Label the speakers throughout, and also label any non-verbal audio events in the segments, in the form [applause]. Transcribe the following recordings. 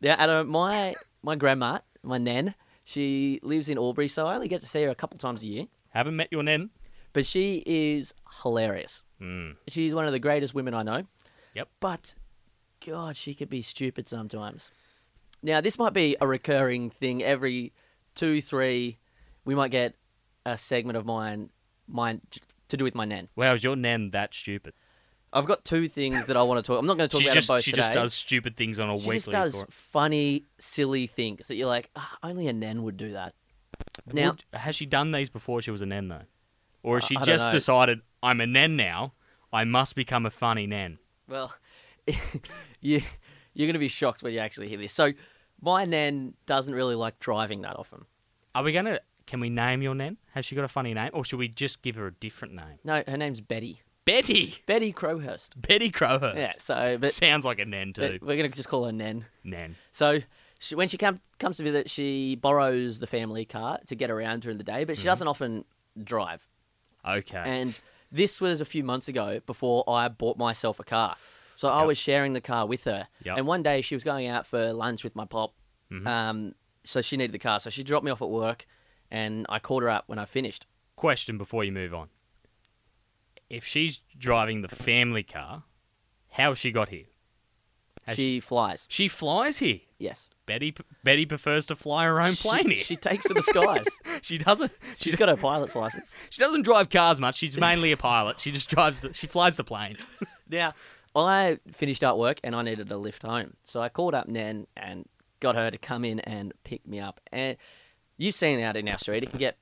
Speaker 1: Now, Adam, my my grandma, my nan, she lives in Albury, so I only get to see her a couple times a year.
Speaker 2: Haven't met your nan.
Speaker 1: But she is hilarious.
Speaker 2: Mm.
Speaker 1: She's one of the greatest women I know.
Speaker 2: Yep.
Speaker 1: But God, she could be stupid sometimes. Now, this might be a recurring thing. Every two, three, we might get a segment of mine, mine to do with my nan.
Speaker 2: Wow, is your nan that stupid?
Speaker 1: I've got two things that I want to talk. I'm not going to talk
Speaker 2: she
Speaker 1: about
Speaker 2: just
Speaker 1: them both
Speaker 2: she
Speaker 1: today.
Speaker 2: just does stupid things on a
Speaker 1: She
Speaker 2: weekly.
Speaker 1: just does
Speaker 2: for-
Speaker 1: funny, silly things that you're like, "Ah, only a nan would do that. Now,
Speaker 2: Would- has she done these before she was a nan though, or has she
Speaker 1: I don't
Speaker 2: just
Speaker 1: know.
Speaker 2: decided I'm a nan now? I must become a funny nan.
Speaker 1: Well, [laughs] you you're going to be shocked when you actually hear this. So, my nan doesn't really like driving that often.
Speaker 2: Are we gonna? Can we name your nan? Has she got a funny name, or should we just give her a different name?
Speaker 1: No, her name's Betty.
Speaker 2: Betty.
Speaker 1: Betty Crowhurst.
Speaker 2: Betty Crowhurst.
Speaker 1: Yeah. So, but,
Speaker 2: Sounds like a nan
Speaker 1: but
Speaker 2: too.
Speaker 1: we're going to just call her Nan.
Speaker 2: nan.
Speaker 1: So, she, when she come, comes to visit, she borrows the family car to get around during the day, but she doesn't often drive.
Speaker 2: Okay.
Speaker 1: And this was a few months ago before I bought myself a car. So I
Speaker 2: Yep.
Speaker 1: was sharing the car with her.
Speaker 2: Yep.
Speaker 1: And one day she was going out for lunch with my pop.
Speaker 2: Mhm.
Speaker 1: Um, so she needed the car. So she dropped me off at work and I called her up when I finished.
Speaker 2: Question before you move on. If she's driving the family car, how has she got here? Has
Speaker 1: she flies.
Speaker 2: She flies here.
Speaker 1: Yes.
Speaker 2: Betty Betty prefers to fly her own
Speaker 1: She-
Speaker 2: plane
Speaker 1: she,
Speaker 2: here. She,
Speaker 1: takes to the skies.
Speaker 2: doesn't. [laughs] She
Speaker 1: She's got her pilot's license.
Speaker 2: she doesn't drive cars much. She's mainly a pilot. She just drives. The, she flies the planes.
Speaker 1: Now, I finished up work and I needed a lift home. So I called up Nan and got her to come in and pick me up. And you've seen out in our street, it can get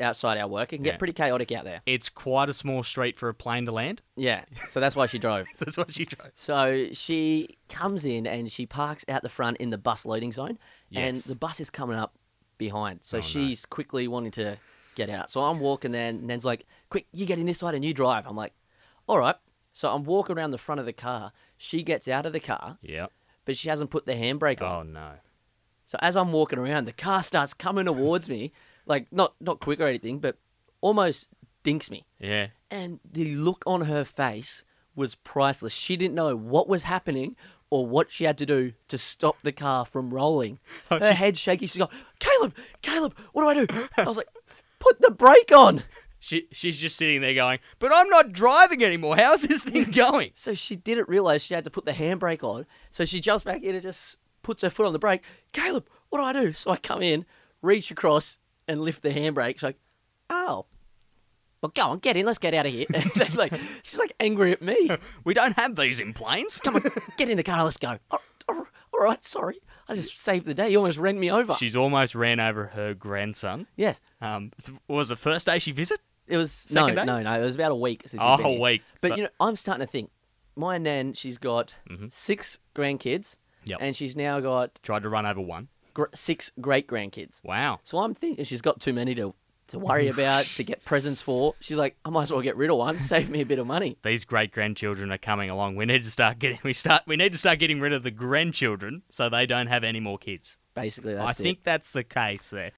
Speaker 1: outside our work, it can
Speaker 2: Yeah.
Speaker 1: get pretty chaotic out there.
Speaker 2: [laughs] It's quite a small street for a plane to land. [laughs]
Speaker 1: Yeah, so that's why she drove.
Speaker 2: That's what she drove.
Speaker 1: So she comes in and she parks out the front in the bus loading zone, and
Speaker 2: Yes.
Speaker 1: the bus is coming up behind. So
Speaker 2: Oh, no.
Speaker 1: she's quickly wanting to get out. So I'm walking there, and Nan's like, "Quick, you get in this side and you drive." I'm like, "All right." So I'm walking around the front of the car. She gets out of the car,
Speaker 2: Yeah.
Speaker 1: but she hasn't put the handbrake on.
Speaker 2: Oh no.
Speaker 1: So as I'm walking around, the car starts coming towards me, like not not quick or anything, but almost dinks me.
Speaker 2: Yeah.
Speaker 1: And the look on her face was priceless. She didn't know what was happening or what she had to do to stop the car from rolling.
Speaker 2: [laughs] Oh,
Speaker 1: her
Speaker 2: she-
Speaker 1: head shaky. She's going, Caleb, Caleb, what do I do? I was like, put the brake on.
Speaker 2: She she's just sitting there going, but I'm not driving anymore. How's this [laughs] thing going?
Speaker 1: So she didn't realize she had to put the handbrake on. So she jumps back in and just puts her foot on the brake. Caleb, what do I do? So I come in, reach across, and lift the handbrake. She's like, oh. Well, go on, get in. Let's get out of here. [laughs] And then, like, she's like angry at me.
Speaker 2: We don't have these in planes.
Speaker 1: Come on, get in the car. Let's go. All all- all right, sorry. I just saved the day. You almost ran me over.
Speaker 2: She's almost ran over her grandson.
Speaker 1: yes,
Speaker 2: Um, th- was the first day she visit?
Speaker 1: it was
Speaker 2: Second
Speaker 1: no,
Speaker 2: day?
Speaker 1: no, no. It was about a week. Since she's
Speaker 2: Oh,
Speaker 1: been
Speaker 2: a
Speaker 1: here.
Speaker 2: week.
Speaker 1: But
Speaker 2: So-
Speaker 1: you know, I'm starting to think. My nan, she's got
Speaker 2: Mhm.
Speaker 1: six grandkids,
Speaker 2: Yep.
Speaker 1: and she's now got
Speaker 2: Tried to run over one.
Speaker 1: gr- six great grandkids.
Speaker 2: Wow.
Speaker 1: So I'm thinking she's got too many to to worry about to get presents for. She's like, I might as well get rid of one. [laughs] Save me a bit of money.
Speaker 2: These great grandchildren are coming along. We need to start getting we start we need to start getting rid of the grandchildren so they don't have any more kids.
Speaker 1: Basically, that's
Speaker 2: I
Speaker 1: it.
Speaker 2: think that's the case there.